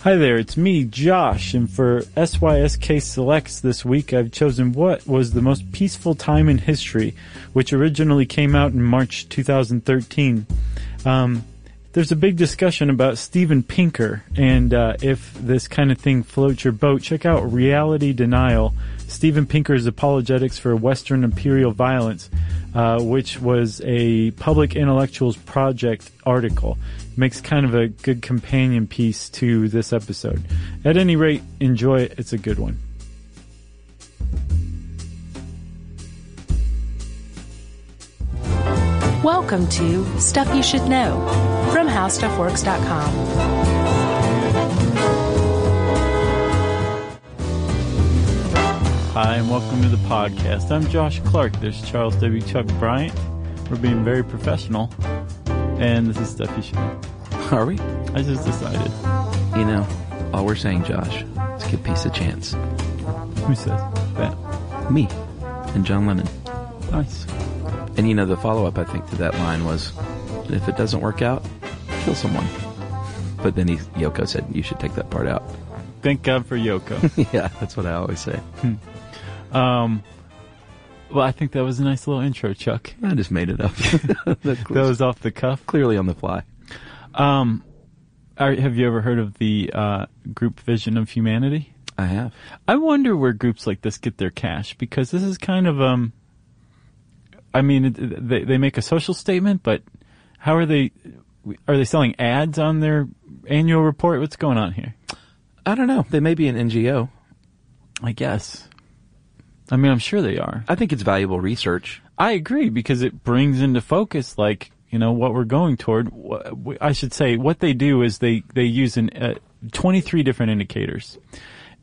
Hi there, it's me, Josh, and for SYSK Selects this week, I've chosen What Was the Most Peaceful Time in History, which originally came out in March 2013. Um, there's a big discussion about Steven Pinker, and uh, if this kind of thing floats your boat, check out Reality Denial Steven Pinker's Apologetics for Western Imperial Violence, uh, which was a Public Intellectuals Project article. Makes kind of a good companion piece to this episode. At any rate, enjoy it, it's a good one. Welcome to Stuff You Should Know from HowStuffWorks.com. Hi, and welcome to the podcast. I'm Josh Clark. There's Charles W. Chuck Bryant. We're being very professional, and this is stuff you should know. Are we? I just decided. You know, all we're saying, Josh, is give peace a chance. Who says that? Me and John Lennon. Nice. And you know, the follow up, I think, to that line was if it doesn't work out, kill someone. But then he, Yoko said, you should take that part out. Thank God for Yoko. yeah, that's what I always say. well, I think that was a nice little intro, Chuck. I just made it up. that That was off the cuff. clearly on the fly. Are, have you ever heard of the uh, group Vision of Humanity? I have. I wonder where groups like this get their cash because this is kind of um. I mean, it, they they make a social statement, but how are they? Are they selling ads on their annual report? What's going on here? I don't know. They may be an NGO. I guess. I mean, I'm sure they are. I think it's valuable research. I agree because it brings into focus, like you know, what we're going toward. Wh- wh- I should say what they do is they they use an uh, 23 different indicators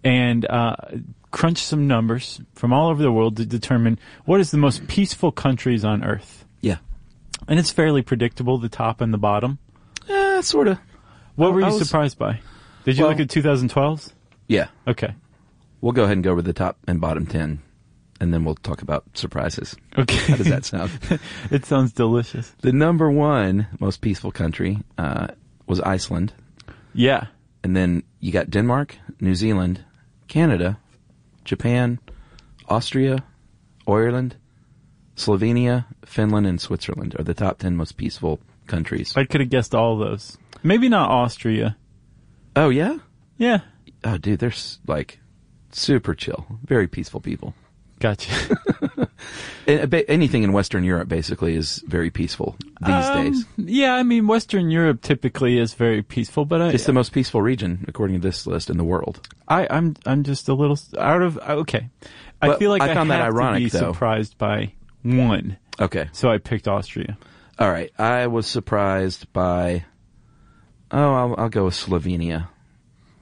and uh, crunch some numbers from all over the world to determine what is the most peaceful countries on Earth. Yeah. And it's fairly predictable, the top and the bottom. Eh, sort of. What were I you was- surprised by? Did you Well- look at 2012s? Yeah. Okay. We'll go ahead and go over the top and bottom 10, and then we'll talk about surprises. Okay. How does that sound? it sounds delicious. the number one most peaceful country uh, was Iceland. Yeah. And then you got Denmark, New Zealand, Canada, Japan, Austria, Ireland, Slovenia, Finland, and Switzerland are the top 10 most peaceful countries. I could have guessed all those. Maybe not Austria. Oh, yeah? Yeah. Oh, dude, they're s- like super chill, very peaceful people. Gotcha. A- a ba- Anything in Western Europe basically is very peaceful these Um, days. Yeah, I mean, Western Europe typically is very peaceful, but I, It's the most peaceful region, according to this list, in the world. I, I'm, I'm just a little s- out of okay. I But feel like I I, found that have ironic, to be though. surprised by one, Okay. so I picked Austria. All right. I was surprised by. Oh, I'll, I'll go with Slovenia.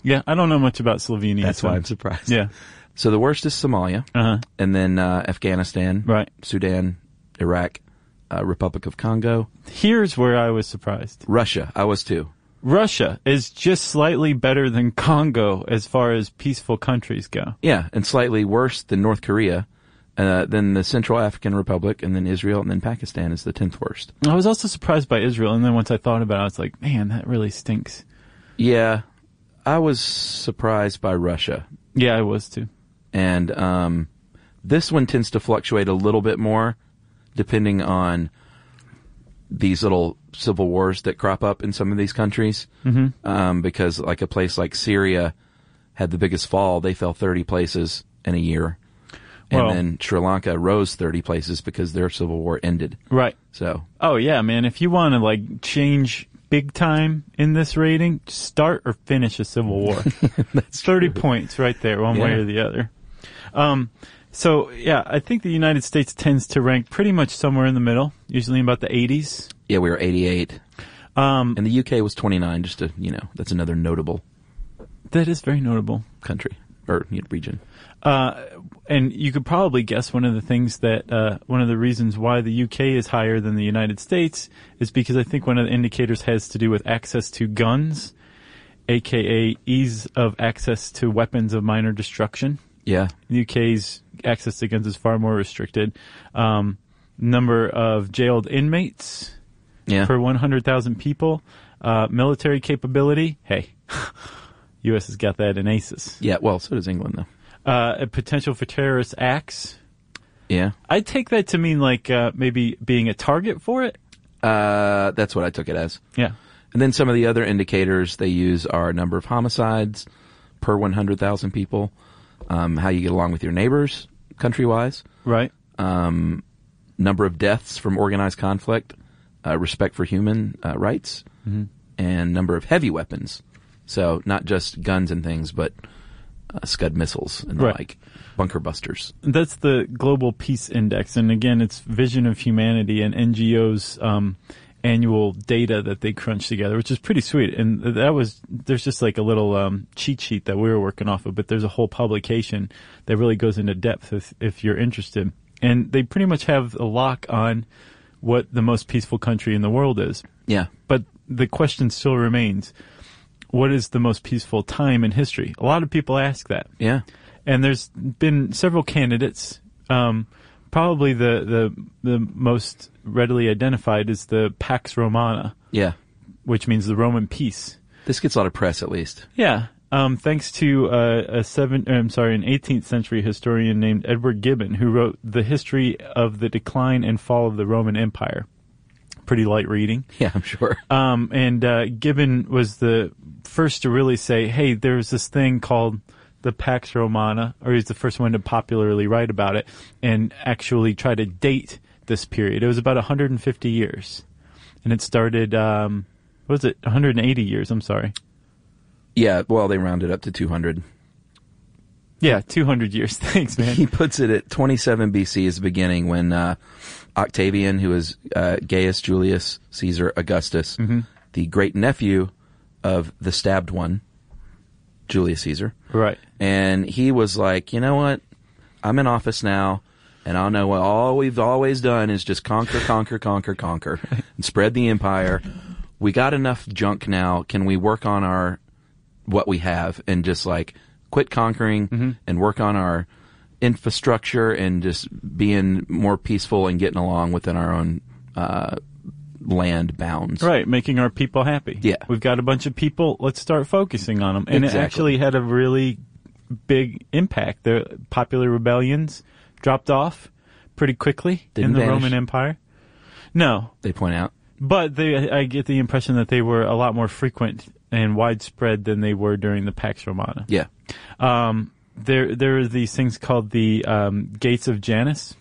Yeah, I don't know much about Slovenia. That's so- why I'm surprised. Yeah. So the worst is Somalia, Uh huh. and then uh, Afghanistan, Right. Sudan, Iraq, uh, Republic of Congo, Here's where I was surprised. Russia. I was too. Russia is just slightly better than Congo as far as peaceful countries go. Yeah, and slightly worse than North Korea, uh, then the Central African Republic, and then Israel, and then Pakistan is the tenth worst. I was also surprised by Israel, and then once I thought about it, I was like, man, that really stinks. Yeah, I was surprised by Russia. Yeah, I was too. and um, this one tends to fluctuate a little bit more depending on these little civil wars that crop up in some of these countries. Mm-hmm. Um, because like a place like Syria had the biggest fall; they fell thirty places in a year, and Well- then Sri Lanka rose thirty places because their civil war ended. Right. So Oh yeah, man. If you want to like change big time in this rating, start or finish a civil war. That's thirty points right there, one way Yeah. or the other. Um, so yeah, I think the United States tends to rank pretty much somewhere in the middle, usually in about the eighties. yeah, we were eighty-eight. Um, and the UK was twenty-nine. Just to you know, that's another notable That is very notable. country or you know, region. And you could probably guess one of the things that uh, one of the reasons why the UK is higher than the United States is because I think one of the indicators has to do with access to guns, aka ease of access to weapons of minor destruction. Yeah, The UK's access to guns is far more restricted. Um, number of jailed inmates yeah. per 100,000 people, uh, military capability. Hey, U.S. has got that in ACES. Yeah, well, so does England, though. Uh, a potential for terrorist acts. Yeah. I take that to mean like uh, maybe being a target for it. Uh, that's what I took it as. Yeah. And then some of the other indicators they use are number of homicides per 100,000 people, um, how you get along with your neighbors country wise, Right. um, number of deaths from organized conflict, uh, respect for human uh, rights, Mm-hmm. and number of heavy weapons. So not just guns and things, but uh, Scud missiles and the Right. like, bunker busters. That's the Global Peace Index, and again, it's Vision of Humanity and NGOs' um, annual data that they crunch together, which is pretty sweet. And that was there's just like a little um, cheat sheet that we were working off of, but there's a whole publication that really goes into depth if, if you're interested. And they pretty much have a lock on what the most peaceful country in the world is. Yeah. But the question still remains: What is the most peaceful time in history? A lot of people ask that Yeah. and there's been several candidates. Um, probably the, the the most readily identified is the Pax Romana, Yeah. which means the Roman peace. This gets a lot of press at least. Yeah. Um, thanks to uh, a seven, or, I'm sorry, an 18th century historian named Edward Gibbon, who wrote the history of the decline and fall of the Roman Empire. Pretty light reading. Yeah, I'm sure. Um, and uh, Gibbon was the first to really say, "Hey, there's this thing called the Pax Romana," or he's the first one to popularly write about it and actually try to date this period. It was about 150 years, and it started. Um, what was it 180 years? I'm sorry. Yeah, well, they rounded up to 200. Yeah, 200 years. Thanks, He man. puts it at 27 BC is the beginning when uh, Octavian, who is uh, Gaius Julius Caesar Augustus, the great nephew of the stabbed one, Julius Caesar, right. and he was like, you know what? I'm in office now, and I know what all we've always done is just conquer, conquer, conquer, conquer, and spread the empire. We got enough junk now. Can we work on our what we have and just like quit conquering and work on our infrastructure and just being more peaceful and getting along within our own uh, land bounds? Right, making our people happy. Yeah. We've got a bunch of people, let's start focusing on them. And Exactly. it actually had a really big impact. The popular rebellions dropped off pretty quickly Didn't in the vanish. Roman Empire. No, They point out. but they, I get the impression that they were a lot more frequent and widespread than they were during the Pax Romana. Yeah. Um, there, there are these things called the um, Gates of Janus,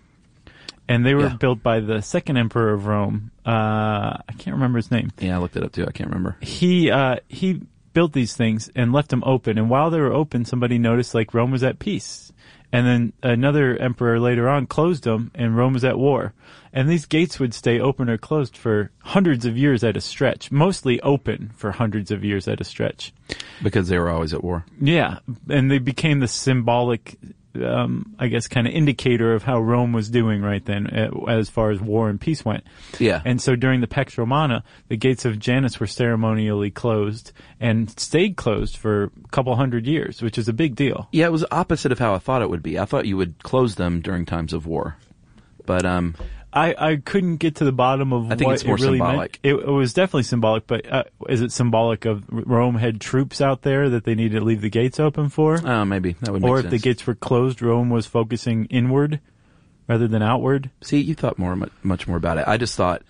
and they were Yeah. built by the second emperor of Rome. Uh, I can't remember his name Yeah, I looked it up too. I can't remember. he uh, he built these things and left them open. And while they were open, somebody noticed like Rome was at peace. And then another emperor later on closed them, and Rome was at war. And these gates would stay open or closed for hundreds of years at a stretch, mostly open for hundreds of years at a stretch. Because they were always at war. Yeah, and they became the symbolic, um, I guess, kind of indicator of how Rome was doing right then, eh, as far as war and peace went. Yeah. And so during the Pax Romana, the gates of Janus were ceremonially closed and stayed closed for a couple hundred years, which is a big deal. Yeah, it was opposite of how I thought it would be. I thought you would close them during times of war, but um, I, I couldn't get to the bottom of I think what it's more it really symbolic. meant. It, it was definitely symbolic, but uh, is it symbolic of Rome had troops out there that they needed to leave the gates open for? oh, maybe that would make or if sense. the gates were closed, Rome was focusing inward rather than outward? See, you thought more, mu- much more about it. I just thought,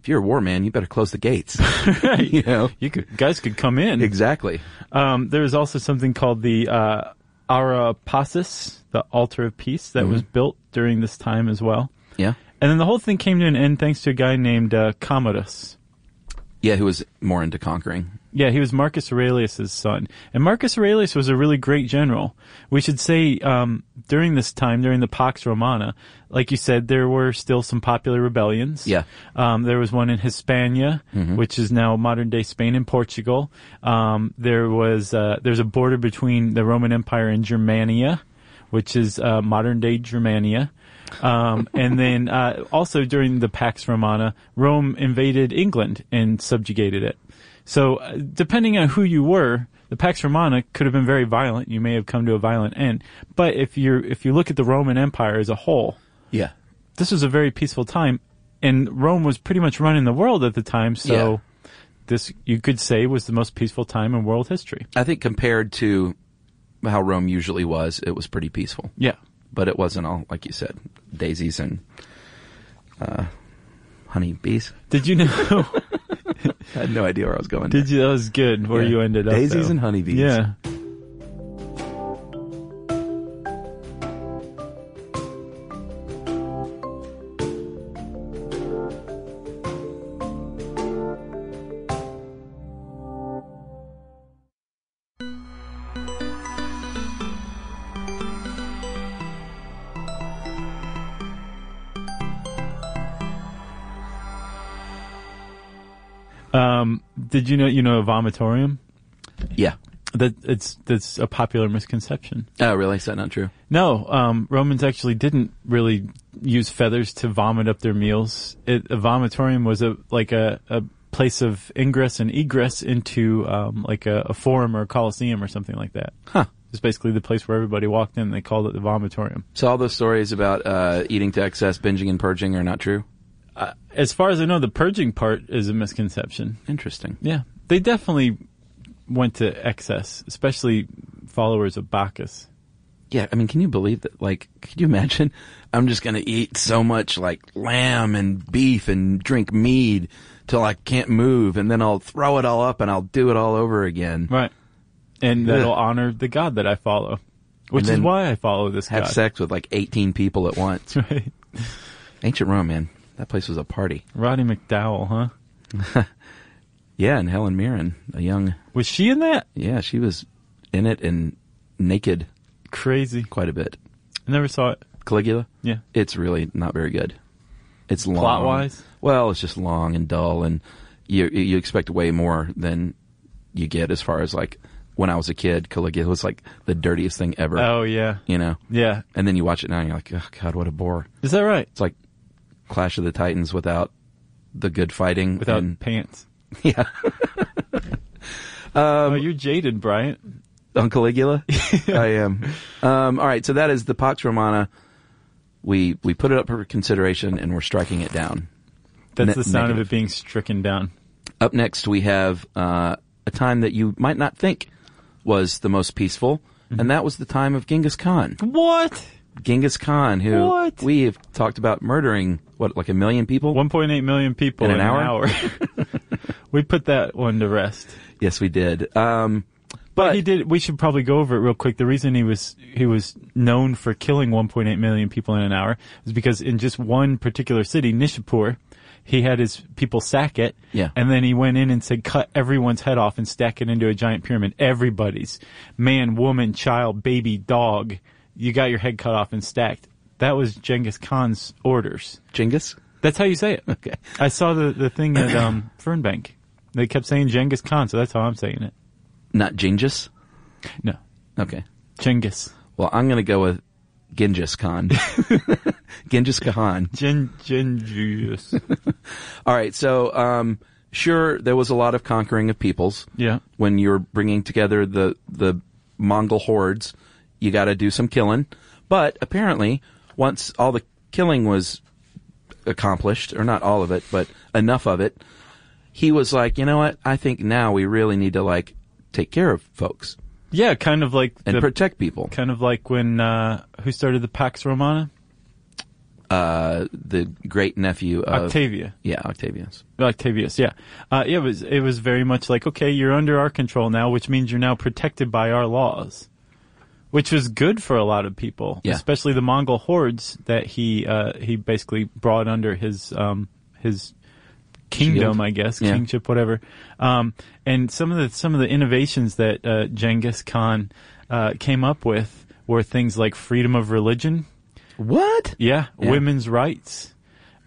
if you're a war man, you better close the gates. Right. you know, You could, guys could come in. exactly. Um, there was also something called the uh, Arapasis, the altar of peace, that was built during this time as well. Yeah, And then the whole thing came to an end thanks to a guy named uh, Commodus. yeah. Who was more into conquering? Yeah, he was Marcus Aurelius's son, and Marcus Aurelius was a really great general. We should say um, during this time, during the Pax Romana, like you said, there were still some popular rebellions. Yeah. um, there was one in Hispania, which is now modern day Spain and Portugal. Um, there was uh, there's a border between the Roman Empire and Germania, which is uh, modern day Germania. Um, and then uh, also during the Pax Romana, Rome invaded England and subjugated it. So, uh, depending on who you were, the Pax Romana could have been very violent. You may have come to a violent end. But if you if you look at the Roman Empire as a whole, Yeah, this was a very peaceful time, and Rome was pretty much running the world at the time. So, this you could say was the most peaceful time in world history. I think compared to how Rome usually was, it was pretty peaceful. Yeah. But it wasn't all, like you said, daisies and uh, honeybees. Did you know? I had no idea where I was going. did you? That was good. Where Yeah. you ended up. Daisies though. and honeybees. Yeah. Um, did you know? You know a vomitorium? Yeah. That it's that's a popular misconception. Oh, really? Is that not true? No, um, Romans actually didn't really use feathers to vomit up their meals. It, a vomitorium was a like a, a place of ingress and egress into um, like a, a forum or a coliseum or something like that. Huh. It's basically the place where everybody walked in. They called it the vomitorium. So all those stories about uh, eating to excess, binging, and purging are not true. As far as I know, the purging part is a misconception. Interesting. Yeah, they definitely went to excess, especially followers of Bacchus. Yeah, I mean, can you believe that? Like, could you imagine? I'm just gonna eat so much like lamb and beef and drink mead till I can't move, and then I'll throw it all up and I'll do it all over again. Right. And that'll Ugh. honor the God that I follow, which And is then why I follow this Have God. sex with like 18 people at once. Right. Ancient Rome, man, that place was a party. Roddy McDowell, huh? Yeah, and Helen Mirren, a young, Was she in that? yeah, she was in it and naked Crazy. quite a bit. I never saw it. Caligula. Yeah. it's really not very good. It's long. Plot-wise? Well, it's just long and dull, and you you expect way more than you get as far as like when I was a kid, Caligula was like the dirtiest thing ever. Oh yeah. You know, Yeah. and then you watch it now, and you're like, oh god, what a bore! Is that right? It's like Clash of the Titans without the good fighting. Without and- pants. yeah, Um, Oh, you're jaded, Bryant. on Caligula, I am. Um, all right, so that is the Pax Romana. We we put it up for consideration, and we're striking it down. That's Ne- the sound of negative. it being stricken down. Up next, we have uh, a time that you might not think was the most peaceful, and that was the time of Genghis Khan. What? Genghis Khan, who What? we have talked about murdering, what, like a million people? 1.8 million people in, In an hour? we put that one to rest. Yes, we did. Um, But he did. We should probably go over it real quick. The reason he was he was known for killing 1.8 million people in an hour is because in just one particular city, Nishapur, he had his people sack it. Yeah. And then he went in and said, "Cut everyone's head off and stack it into a giant pyramid. Everybody's man, woman, child, baby, dog. You got your head cut off and stacked." That was Genghis Khan's orders. Genghis? That's how you say it. Okay. I saw the the thing at um, Fernbank. They kept saying Genghis Khan, so that's how I'm saying it. Not Genghis? No, Okay. Genghis. Well, I'm going to go with Genghis Khan. Genghis Khan. Gen Gengius. All right, so um, sure, there was a lot of conquering of peoples. Yeah. when you're bringing together the the Mongol hordes, you got to do some killing. But apparently, once all the killing was accomplished, or not all of it, but enough of it, he was like, you know what? I think now we really need to like take care of folks Yeah, kind of like and the, protect people. kind of like when uh, who started the Pax Romana? Uh, the great nephew of Octavia. yeah, Octavius. Octavius, yeah. Uh, yeah, it was it was very much like okay, you're under our control now, which means you're now protected by our laws. Which was good for a lot of people, Yeah. especially the Mongol hordes that he uh, he basically brought under his um, his kingdom, Shield? I guess, Yeah. kingship, whatever. Um, and some of the some of the innovations that uh, Genghis Khan uh, came up with were things like freedom of religion, What? yeah, Yeah. women's rights.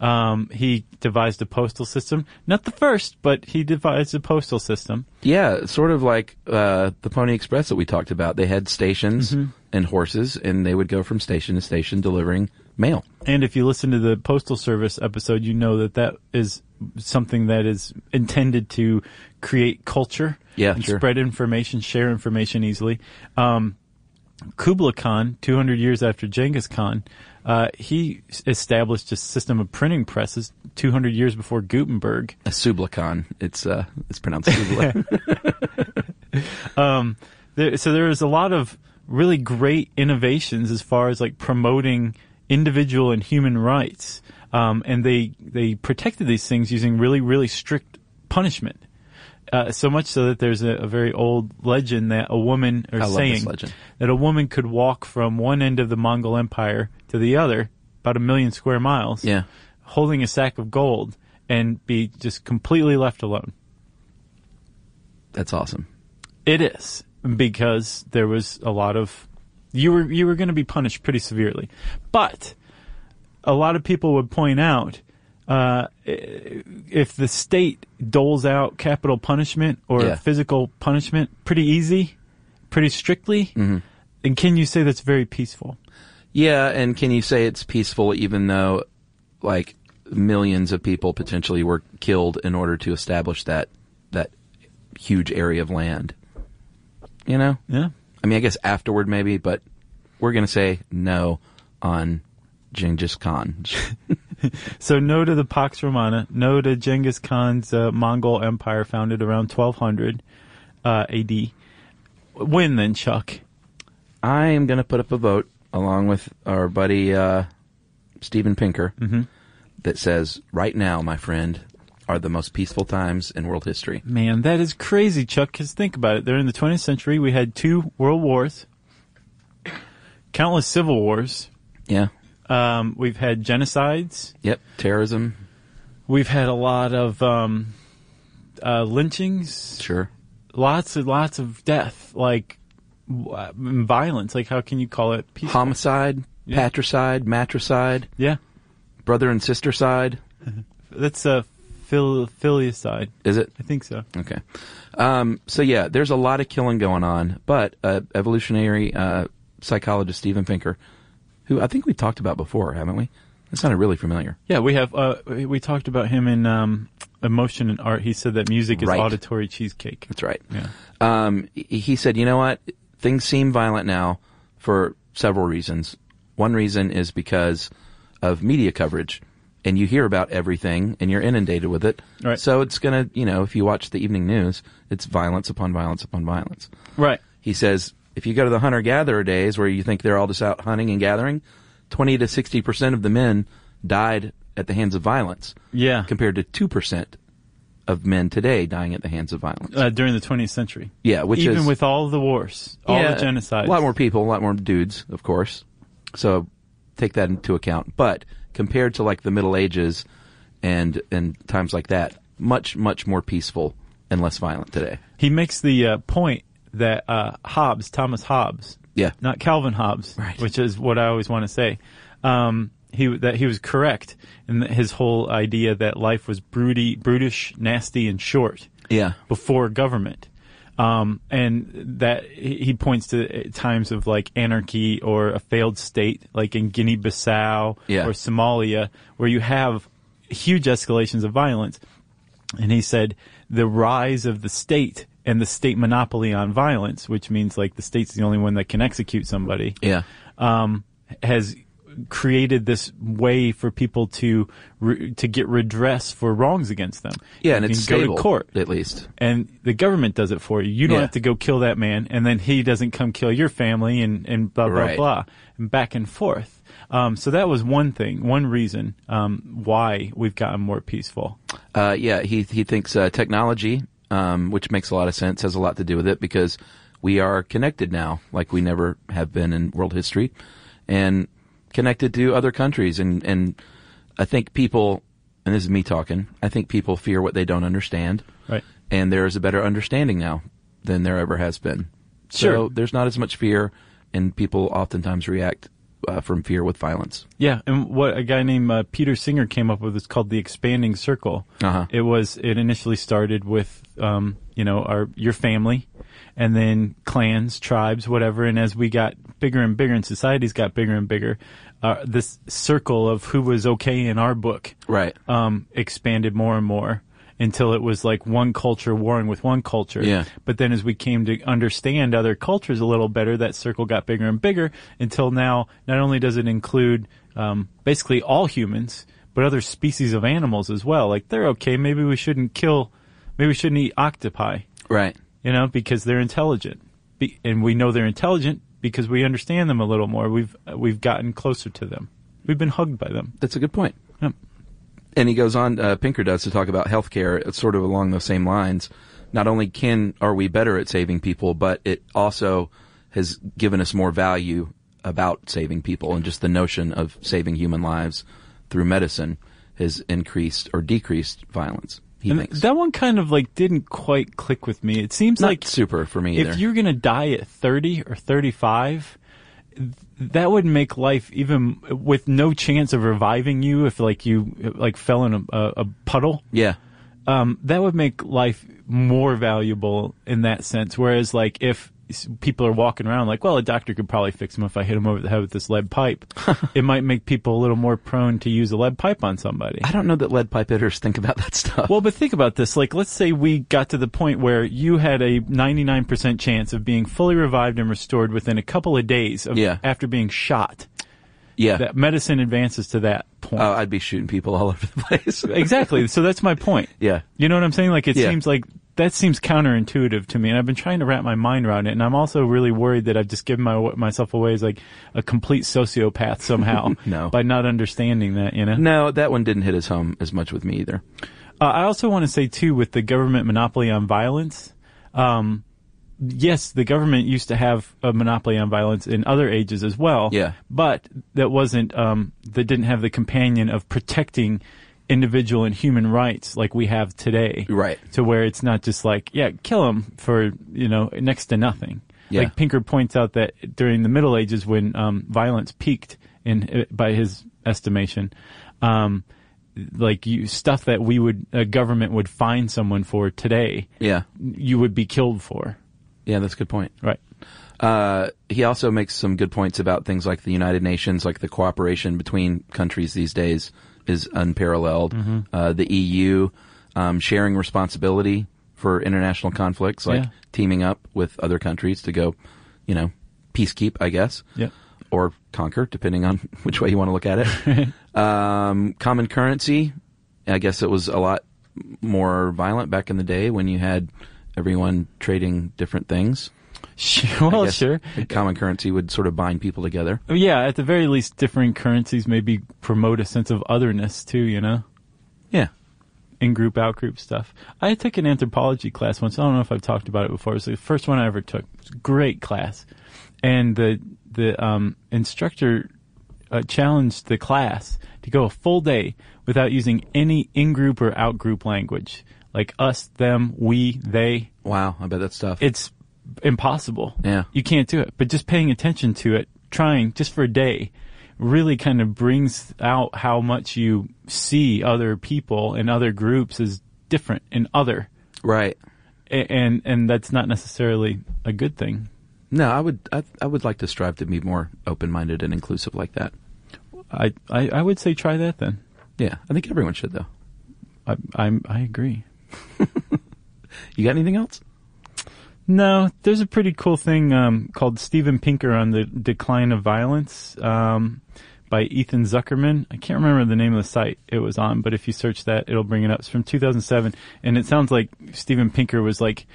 Um, he devised a postal system. Not the first, but he devised a postal system. Yeah, sort of like uh, the Pony Express that we talked about. They had stations and horses, and they would go from station to station delivering mail. And if you listen to the postal service episode, you know that that is something that is intended to create culture. Yeah, and sure. spread information, share information easily. Um, Kublai Khan, 200 years after Genghis Khan, uh, he s- established a system of printing presses 200 years before Gutenberg. A Sublacon. It's uh, it's pronounced Subla. There, so there was a lot of really great innovations as far as like promoting individual and human rights, um, and they they protected these things using really really strict punishment. Uh, so much so that there's a, a very old legend that a woman or I love saying this legend. that a woman could walk from one end of the Mongol Empire to the other, about a million square miles, yeah. holding a sack of gold and be just completely left alone. That's awesome. It is because there was a lot of you were you were going to be punished pretty severely, but a lot of people would point out uh, i- if the state doles out capital punishment or Yeah. physical punishment pretty easy, pretty strictly, and can you say that's very peaceful? Yeah, and can you say it's peaceful even though, like, millions of people potentially were killed in order to establish that that huge area of land? You know, Yeah, I mean, I guess afterward maybe, but we're gonna say no on Genghis Khan. So no to the Pax Romana, no to Genghis Khan's uh, Mongol Empire founded around 1200 uh, AD. When then, Chuck? I am gonna put up a vote along with our buddy uh, Steven Pinker Mm-hmm. that says, "Right now, my friend." Are the most peaceful times in world history. Man, that is crazy, Chuck, because think about it. There in the 20th century, we had two world wars, countless civil wars. Yeah. Um, we've had genocides. Yep. Terrorism. We've had a lot of um, uh, lynchings. Sure. Lots and lots of death, like w- uh, violence. Like, how can you call it peace? homicide, Yeah. patricide, matricide, yeah, brother and sister side. that's a phil- filicide. Is it? I think so. Okay. Um, so yeah, there's a lot of killing going on, but uh, evolutionary uh, psychologist Steven Pinker, who I think we talked about before, haven't we? That sounded really familiar. Yeah, we have. Uh, we we talked about him in um, emotion and art. He said that music is Right. auditory cheesecake. That's right. Yeah. Um, he- he said, you know what? Things seem violent now for several reasons. One reason is because of media coverage and you hear about everything and you're inundated with it. Right. So it's going to, you know, if you watch the evening news, it's violence upon violence upon violence. Right. He says, if you go to the hunter gatherer days where you think they're all just out hunting and gathering, 20 to 60% of the men died at the hands of violence Yeah. compared to 2% of men today dying at the hands of violence. uh, during the 20th century. Yeah, which even is- with all the wars, all the genocides. A lot more people, a lot more dudes, of course. So take that into account. But compared to like the Middle Ages and and times like that, much much more peaceful and less violent today. He makes the uh, point that uh, Hobbes, Thomas Hobbes, Yeah. not Calvin Hobbes, Right. which is what I always want to say. Um, he that he was correct in that his whole idea that life was broody, brutish, nasty, and short Yeah. before government. Um, and that he he points to uh, times of like anarchy or a failed state, like in Guinea Bissau Yeah. or Somalia, where you have huge escalations of violence. And he said the rise of the state and the state monopoly on violence, which means like the state's the only one that can execute somebody Yeah. um, has created this way for people to re- to get redress for wrongs against them. Yeah, and You it's can stable go to court, at least. and the government does it for you. You don't Yeah. have to go kill that man, and then he doesn't come kill your family, and and blah blah Right. blah, and back and forth. Um, so that was one thing, one reason um, why we've gotten more peaceful. Uh, yeah, he he thinks uh, technology, um, which makes a lot of sense, has a lot to do with it because we are connected now, like we never have been in world history, and connected to other countries. And and I think people, and this is me talking, I think people fear what they don't understand, Right. and there is a better understanding now than there ever has been. So Sure. there's not as much fear, and people oftentimes react uh, from fear with violence. Yeah, and what a guy named uh, Peter Singer came up with is called the expanding circle. Uh-huh. It was it initially started with um, you know our your family, and then clans, tribes, whatever. And as we got bigger and bigger, and societies got bigger and bigger, uh, this circle of who was okay in our book Right. um, expanded more and more. until it was like one culture warring with one culture. Yeah. But then as we came to understand other cultures a little better, that circle got bigger and bigger until now not only does it include um, basically all humans, but other species of animals as well. Like they're okay, maybe we shouldn't kill, maybe we shouldn't eat octopi Right. you know, because they're intelligent, Be- and we know they're intelligent because we understand them a little more. We've uh, we've gotten closer to them. We've been hugged by them. That's a good point. Yep. And he goes on, uh, Pinker does, to talk about healthcare. It's sort of along those same lines. Not only can are we better at saving people, but it also has given us more value about saving people, and just the notion of saving human lives through medicine has increased or decreased violence. He And thinks that one kind of like didn't quite click with me. It seems not like super for me either. if you're gonna die at 30 or 35, th- that would make life even with no chance of reviving you if like you like fell in a, a, a puddle. yeah, um, that would make life more valuable in that sense. Whereas, like, if s- people are walking around like, well, a doctor could probably fix him if I hit him over the head with this lead pipe, it might make people a little more prone to use a lead pipe on somebody. I don't know that lead pipe hitters think about that stuff. Well, but think about this. Like, let's say we got to the point where you had a 99% chance of being fully revived and restored within a couple of days of, Yeah. after being shot. yeah, That medicine advances to that point. Oh, I'd be shooting people all over the place. exactly. So that's my point. Yeah. You know what I'm saying? Like it Yeah. seems like that seems counterintuitive to me, and I've been trying to wrap my mind around it. And I'm also really worried that I've just given my, myself away as like a complete sociopath somehow No. by not understanding that. You know. No, that one didn't hit his home as much with me either. Uh, I also want to say too, with the government monopoly on violence, um, yes, the government used to have a monopoly on violence in other ages as well. Yeah. but that wasn't um, that didn't have the companion of protecting individual and human rights like we have today. Right. To where it's not just like, yeah, kill him for you know next to nothing. Yeah. Like Pinker points out that during the Middle Ages, when um, violence peaked, in uh, by his estimation, um, like you stuff that we would a government would fine someone for today, Yeah. you would be killed for. Yeah, that's a good point. Right. Uh, he also makes some good points about things like the United Nations, like the cooperation between countries these days is unparalleled. Mm-hmm. Uh, the EU, um, sharing responsibility for international conflicts, like Yeah. teaming up with other countries to go, you know, peacekeep, I guess. Yep. Or conquer, depending on which way you want to look at it. um, common currency. I guess it was a lot more violent back in the day when you had everyone trading different things. Sure. Well, Yes, sure. a Common currency would sort of bind people together. Yeah, at the very least, different currencies maybe promote a sense of otherness too. You know. Yeah. in group out group stuff. I took an anthropology class once. I don't know if I've talked about it before. It was the first one I ever took. It was a great class, and the the um, instructor uh, challenged the class to go a full day without using any in group or out group language, like us, them, we, they. Wow. I bet that's tough. It's impossible. Yeah. you can't do it. But just paying attention to it, trying just for a day. Really kind of brings out how much you see other people and other groups as different and other. right. A- and and that's not necessarily a good thing. No, I would, I, I would like to strive to be more open-minded and inclusive like that. I I, I would say try that then. Yeah. I think everyone should though. I I'm, I agree. You got anything else? No, there's a pretty cool thing um, called Steven Pinker on the Decline of Violence um, by Ethan Zuckerman. I can't remember the name of the site it was on, but if you search that, it'll bring it up. It's from 2007, and it sounds like Steven Pinker was like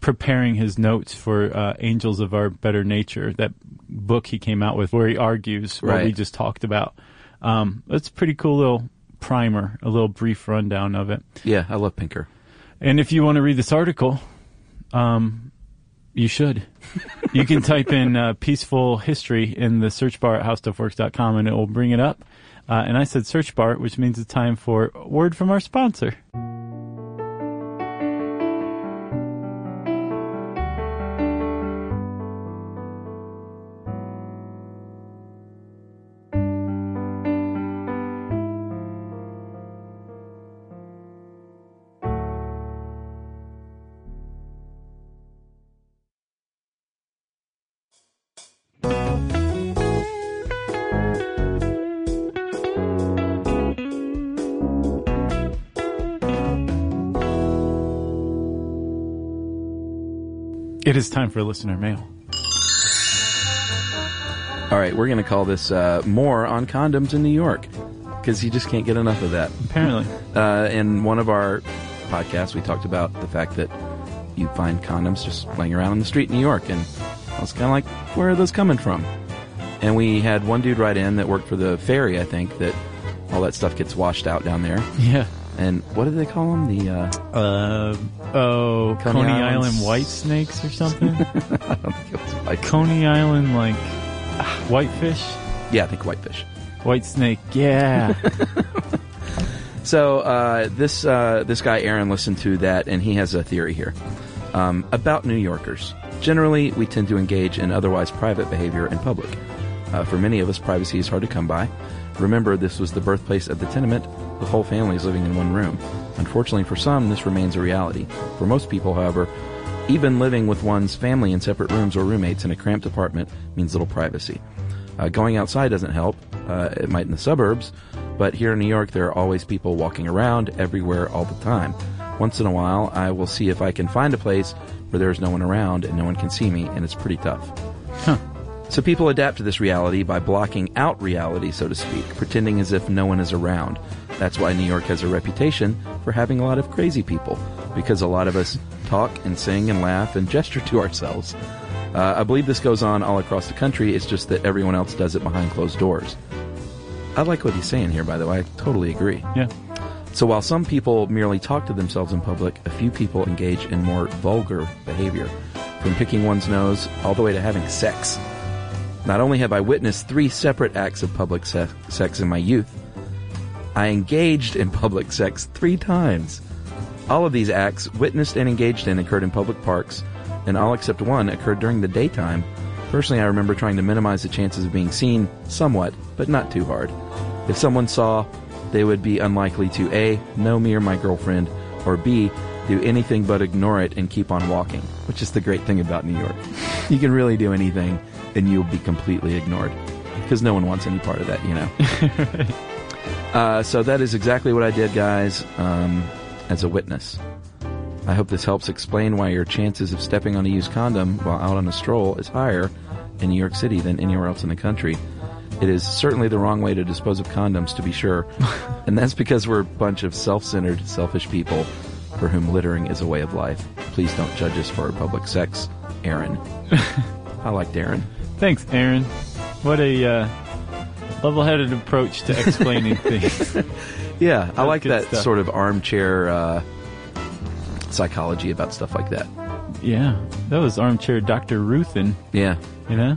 preparing his notes for uh, Angels of Our Better Nature, that book he came out with where he argues what we Right. just talked about. Um, it's a pretty cool little primer, a little brief rundown of it. Yeah. I love Pinker. And if you want to read this article, um, you should. you can type in uh, peaceful history in the search bar at howstuffworks.com and it will bring it up. Uh, and I said search bar, which means it's time for a word from our sponsor. It is time for listener mail. All right, we're going to call this uh, More on Condoms in New York because you just can't get enough of that. Apparently. Uh, in one of our podcasts, we talked about the fact that you find condoms just laying around on the street in New York. And I was kind of like, where are those coming from? And we had one dude write in that worked for the ferry, I think, that all that stuff gets washed out down there. Yeah. And what do they call them? The, uh, Uh, oh, Coney Coney Island Island s- white snakes or something? I don't think it was white. Coney Island, like, ah, whitefish? yeah, I think whitefish. White snake, yeah. So uh, this uh, this guy Aaron listened to that, and he has a theory here um, about New Yorkers. Generally, we tend to engage in otherwise private behavior in public. Uh, for many of us, privacy is hard to come by. Remember, this was the birthplace of the tenement, with whole families living in one room. Unfortunately, for some, this remains a reality. For most people, however, even living with one's family in separate rooms or roommates in a cramped apartment means little privacy. Uh, going outside doesn't help. Uh, it might in the suburbs, but here in New York, there are always people walking around everywhere all the time. Once in a while, I will see if I can find a place where there's no one around and no one can see me, and it's pretty tough. So people adapt to this reality by blocking out reality, so to speak, pretending as if no one is around. That's why New York has a reputation for having a lot of crazy people, because a lot of us talk and sing and laugh and gesture to ourselves. Uh, I believe this goes on all across the country, it's just that everyone else does it behind closed doors. I like what he's saying here, by the way. I totally agree. yeah. So while some people merely talk to themselves in public, a few people engage in more vulgar behavior, from picking one's nose all the way to having sex. Not only have I witnessed three separate acts of public se- sex in my youth, I engaged in public sex three times. All of these acts, witnessed and engaged in, occurred in public parks, and all except one occurred during the daytime. Personally, I remember trying to minimize the chances of being seen somewhat, but not too hard. If someone saw, they would be unlikely to A, know me or my girlfriend, or B, do anything but ignore it and keep on walking, which is the great thing about New York. You can really do anything, and you'll be completely ignored. Because no one wants any part of that, you know? Uh, so that is exactly what I did, guys, um, as a witness. I hope this helps explain why your chances of stepping on a used condom while out on a stroll is higher in New York City than anywhere else in the country. It is certainly the wrong way to dispose of condoms, to be sure, and that's because we're a bunch of self centered, selfish people for whom littering is a way of life. Please don't judge us for our public sex, Aaron. I liked Aaron. Thanks, Aaron. What a uh, level headed approach to explaining things. Yeah, I That's like good that stuff. sort of armchair uh, psychology about stuff like that. Yeah, that was armchair Dr. Ruthin, Yeah, you know?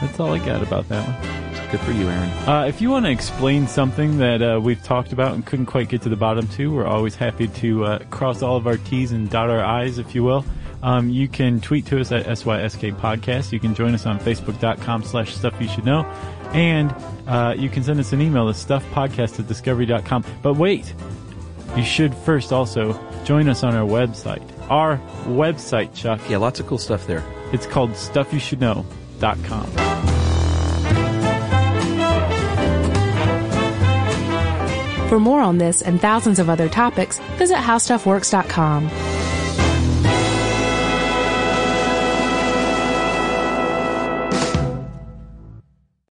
That's all I got about that one. good for you, Aaron. Uh, if you want to explain something that uh, we've talked about and couldn't quite get to the bottom to, we're always happy to uh, cross all of our T's and dot our I's, if you will. Um, you can tweet to us at SYSK Podcast. You can join us on Facebook.com slash Stuff You Should Know. And uh, you can send us an email to stuffpodcast at discovery.com. But wait, you should first also join us on our website. Our website, Chuck. Yeah, lots of cool stuff there. It's called stuffyoushouldknow.com. For more on this and thousands of other topics, visit howstuffworks.com.